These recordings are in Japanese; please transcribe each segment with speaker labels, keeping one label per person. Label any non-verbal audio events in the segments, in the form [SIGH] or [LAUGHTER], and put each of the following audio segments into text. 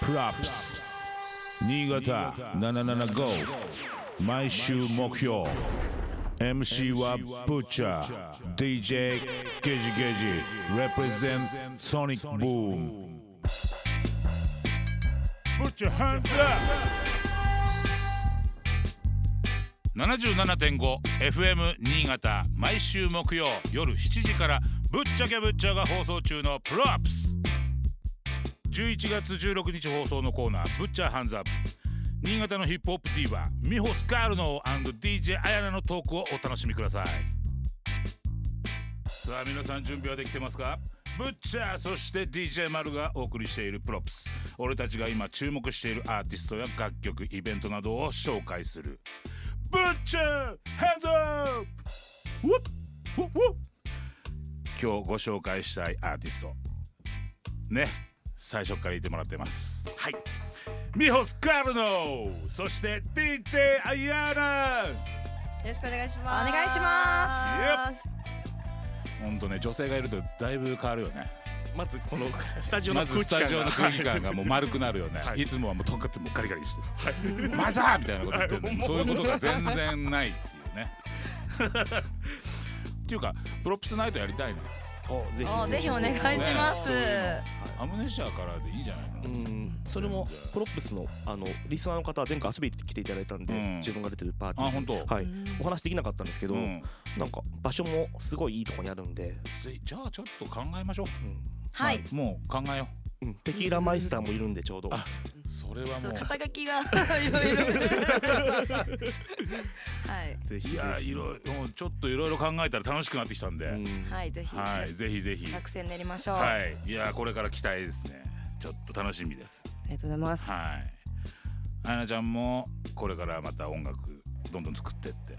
Speaker 1: プラップス新潟775毎週目標 MC はブッチャー DJ ゲジゲジ represent ソニックブーム Put your hands up!
Speaker 2: 77.5FM 新潟毎週木曜夜7時から「ぶっちゃけぶっちゃ」が放送中の「プロアップス」11月16日放送のコーナー「ぶっちゃハンズアップ」新潟のヒップホップディーバーミホスカールノー &DJ アヤナのトークをお楽しみくださいさあ皆さん準備はできてますかブッチャーそして DJ 丸がお送りしているプロプス俺たちが今注目しているアーティストや楽曲イベントなどを紹介するブッチャーハンズアップウォッウォッウォッ今日ご紹介したいアーティストね最初から言ってもらってますはいミホスカルノそして DJ アイアーナ
Speaker 3: よろしくお願いし
Speaker 4: お
Speaker 3: ます。
Speaker 4: 願いします。
Speaker 2: ほんとね女性がいるとだいぶ変わるよね
Speaker 5: まずこのスタジオ
Speaker 2: ま
Speaker 5: の
Speaker 2: ず
Speaker 5: 空
Speaker 2: ス
Speaker 5: 気感
Speaker 2: タ
Speaker 5: が
Speaker 2: ジオの空気感がもう丸くなるよね、、
Speaker 5: [LAUGHS] はいい
Speaker 2: つもはもうとんかってもうガリガリして「マザー!」みたいなこと言ってるのに
Speaker 5: はい
Speaker 2: そういうことが全然ないっていう
Speaker 5: [LAUGHS]
Speaker 2: ねっていうかプロプスナイトやりたいな
Speaker 5: [LAUGHS] おぜ
Speaker 4: おぜひお願いします。
Speaker 2: アムネシアからでいいんじゃないの、
Speaker 5: うんそれもプロップスのあのリスナーの方は前回遊びに来ていただいたんで、
Speaker 2: うん
Speaker 5: 自分が出てるパーティ
Speaker 2: あ
Speaker 5: ー
Speaker 2: 本当、
Speaker 5: はいお話できなかったんですけど、
Speaker 2: うん、
Speaker 5: なんか場所もすごいいいとこにあるんで、
Speaker 2: ぜじゃあちょっと考えましょう
Speaker 5: うん
Speaker 4: はい。
Speaker 2: まあもう考えよ
Speaker 5: うん、テキーラマイスターもいるんでちょうど
Speaker 2: あうそれはも
Speaker 4: そうう肩書きがいろいろ。はい
Speaker 5: ぜひ
Speaker 2: いやいろいろもうちょっといろいろ考えたら楽しくなってきたんで、
Speaker 5: うん
Speaker 4: はいぜひ
Speaker 2: はいぜひぜひ
Speaker 4: 作戦練りましょう。あ
Speaker 2: はいいやこれから期待ですねちょっと楽しみです
Speaker 4: りがとうございます。
Speaker 2: はい。あやなちゃんもこれからまた音楽どんどん作ってって。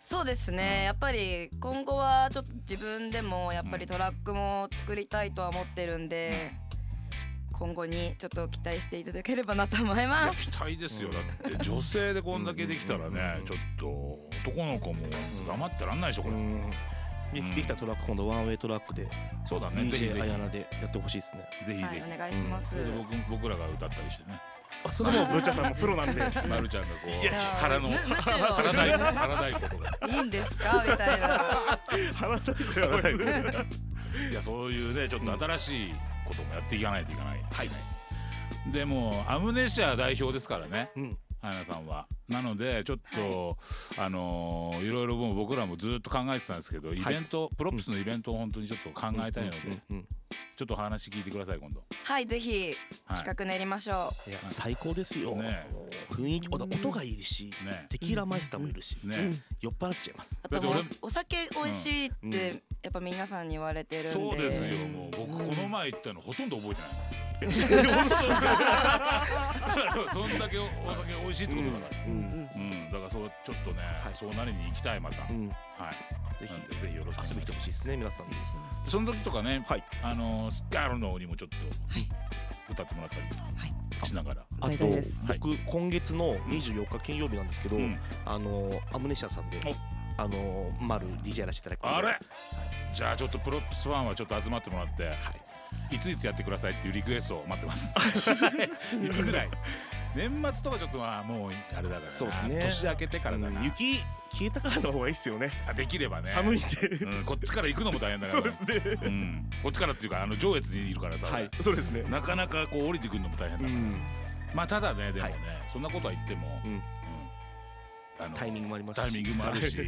Speaker 4: そうですね。やっぱり今後はちょっと自分でもやっぱりトラックも作りたいとは思ってるんで。今後にちょっと期待していただければなと思い
Speaker 2: い
Speaker 4: ま
Speaker 2: や
Speaker 4: す。
Speaker 2: 期待ですよ。だって女性でこんだけできたら
Speaker 5: うんうんうん
Speaker 2: ね
Speaker 5: う、ん
Speaker 2: ちょっと男の子も黙ってらんないでしょこ
Speaker 5: う
Speaker 2: れ。
Speaker 5: んでできたトラック今度ワンウェイトラックで
Speaker 2: そうだね。ぜひぜ
Speaker 5: DJ
Speaker 2: ひ
Speaker 5: あやなでやってほしいですね
Speaker 2: ぜひぜ
Speaker 4: はい
Speaker 2: ひ。
Speaker 4: お願いします。
Speaker 2: それで僕僕らが歌ったりしてね。
Speaker 5: あそれもブーチャさんもプロなんで
Speaker 2: [LAUGHS] まるちゃんがこ
Speaker 5: いうや
Speaker 2: 腹の
Speaker 4: む
Speaker 2: [LAUGHS]
Speaker 4: むしろ
Speaker 2: 腹大根腹大根とか。
Speaker 4: いいんですかみたいな。
Speaker 5: 腹立つよ
Speaker 2: 腹大根 [LAUGHS] いやそういうねちょっと新しいこともやっていかないといけない。はい。でもアムネシア代表ですからね。
Speaker 5: うん
Speaker 2: 花さんはなのでちょっと、い、あのーいろいろもう僕らもずっと考えてたんですけどイベント、プロプスのイベントを本当にちょっと考えたいので、
Speaker 5: うんうんうん
Speaker 2: ちょっとお話聞いてください今度
Speaker 4: はい、ぜひ
Speaker 2: はい
Speaker 4: 企画練りましょう。
Speaker 5: いや最高ですよ、
Speaker 2: ね
Speaker 5: あの雰囲気音音がいいし、
Speaker 2: ね
Speaker 5: テキーラマイスターもいるし、
Speaker 2: ね、
Speaker 5: 酔っ払っちゃいます
Speaker 4: あ
Speaker 2: だって
Speaker 4: と
Speaker 2: 俺
Speaker 4: おお酒美味しいっ
Speaker 5: うん
Speaker 4: てやっぱ皆さんに言われてるんで。
Speaker 2: そうですよもう僕この前行ったのほとんど覚えてない [LAUGHS] そんだけお酒美味しいってことだから、
Speaker 5: うん
Speaker 2: うんだからそうちょっとね、
Speaker 5: はい
Speaker 2: そうなりに行きたいまた、
Speaker 5: うん、ぜ
Speaker 2: はい
Speaker 5: ひ
Speaker 2: なんでぜひよろしくお願いしま
Speaker 5: 遊び
Speaker 2: す
Speaker 5: に来てほしいですね皆さんに
Speaker 2: その時とかね、
Speaker 5: はい
Speaker 2: あのースカールのにもちょっと歌ってもらったりしながら、
Speaker 5: あ
Speaker 3: 大
Speaker 5: と
Speaker 3: 体です
Speaker 5: 僕今月の24日金曜日なんですけど、
Speaker 2: うん
Speaker 5: あのアムネシアさんで
Speaker 2: お
Speaker 5: あの丸 DJ やらせていただくの
Speaker 2: あ
Speaker 5: で
Speaker 2: れじゃあちょっとプロップスファンはちょっと集まってもらって、い、ついつやってくださいっていうリクエストを待ってます
Speaker 5: [LAUGHS]
Speaker 2: いつぐらい年末とかちょっとはもうあれだからな
Speaker 5: そうですね
Speaker 2: 年明けてからだな、
Speaker 5: うん雪消えたからの方がいいですよね
Speaker 2: あできればね
Speaker 5: 寒いんで、
Speaker 2: うん、こっちから行くのも大変だから
Speaker 5: [LAUGHS] そうですね
Speaker 2: うん、こっちからっていうかあの上越にいるからさ、
Speaker 5: はいそうですね
Speaker 2: なかなかこう降りてくるのも大変だ
Speaker 5: う
Speaker 2: から、
Speaker 5: ん、
Speaker 2: まあただねでもね、
Speaker 5: はい
Speaker 2: そんなことは言っても、
Speaker 5: うん
Speaker 2: うんあの
Speaker 5: タイミングもあります
Speaker 2: タイミングもある
Speaker 5: [LAUGHS]
Speaker 2: し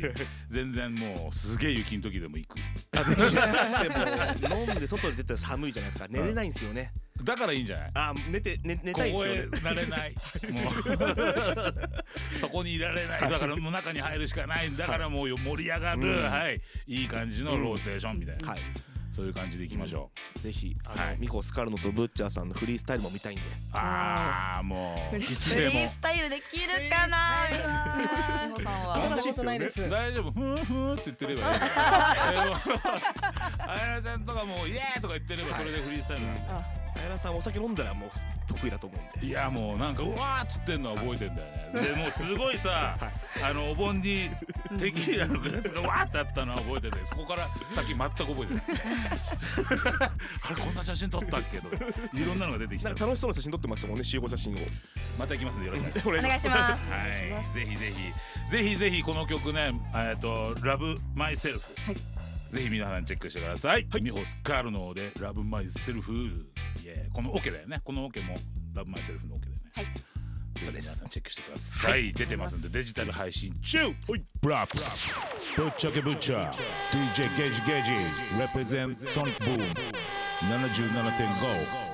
Speaker 2: 全然もうすげえ雪の時でも行く
Speaker 5: あぜ
Speaker 2: [LAUGHS]
Speaker 5: ひでも飲んで外に出たら寒いじゃないですか寝れないんですよね、
Speaker 2: だからいいんじゃない
Speaker 5: あ寝て寝寝
Speaker 2: こ
Speaker 5: たいんです
Speaker 2: こ
Speaker 5: よ
Speaker 2: へな
Speaker 5: ね
Speaker 2: れ
Speaker 5: [LAUGHS]
Speaker 2: ないもう [LAUGHS] そこにいられないだからもう中に入るしかないだからもうよ盛り上がる、
Speaker 5: うん
Speaker 2: はいいい感じのローテーションみたいな、
Speaker 5: はい
Speaker 2: そういう感じでいきましょう、
Speaker 5: ぜひあの、
Speaker 2: はい
Speaker 5: ミホスカルノとブッチャーさんのフリースタイルも見たいんで
Speaker 2: ああもう
Speaker 4: フ
Speaker 2: い
Speaker 4: リ
Speaker 2: つ
Speaker 4: ー
Speaker 2: で
Speaker 4: フリー
Speaker 2: も
Speaker 4: スタイルできるかな
Speaker 3: フリースタイル
Speaker 4: みほさん
Speaker 3: や
Speaker 4: は。
Speaker 3: ったことないです。
Speaker 2: 大丈夫ふんふんって言ってればいいあやなちゃんとかもうイエーイとか言ってればそれでフリースタイルなんで
Speaker 3: あ
Speaker 5: 平さんお酒飲んだらもう得意だと思うんで
Speaker 2: いやもうなんかうわーっつってんのは覚えてんだよねでもうすごいさあのお盆にテキーラのグラスがわーってあったのは覚えててそこから先全く覚えてないあれこんな写真撮ったっけとかいろんなのが出てきた
Speaker 5: なんか楽しそうな写真撮ってましたもんね集合写真を
Speaker 2: また行きますんでよろしくお願いします
Speaker 4: お願いします
Speaker 2: はい、ぜひぜひぜひぜひこの曲ねえっ、とラブマイセルフ、
Speaker 4: はい
Speaker 2: ぜひ皆さんチェックしてください。ミホスカルノでラブマイセルフ、イエーこのオ、ケだよね。このオ、ケもラブマイセルフのオ、ケだよね。
Speaker 4: はい
Speaker 2: ぜひ皆さんチェックしてください。出てますんでデジタル配信中。
Speaker 1: ブラックスぶっちゃけぶっちゃ DJ ゲージゲージ represent Sonic Boom 77.5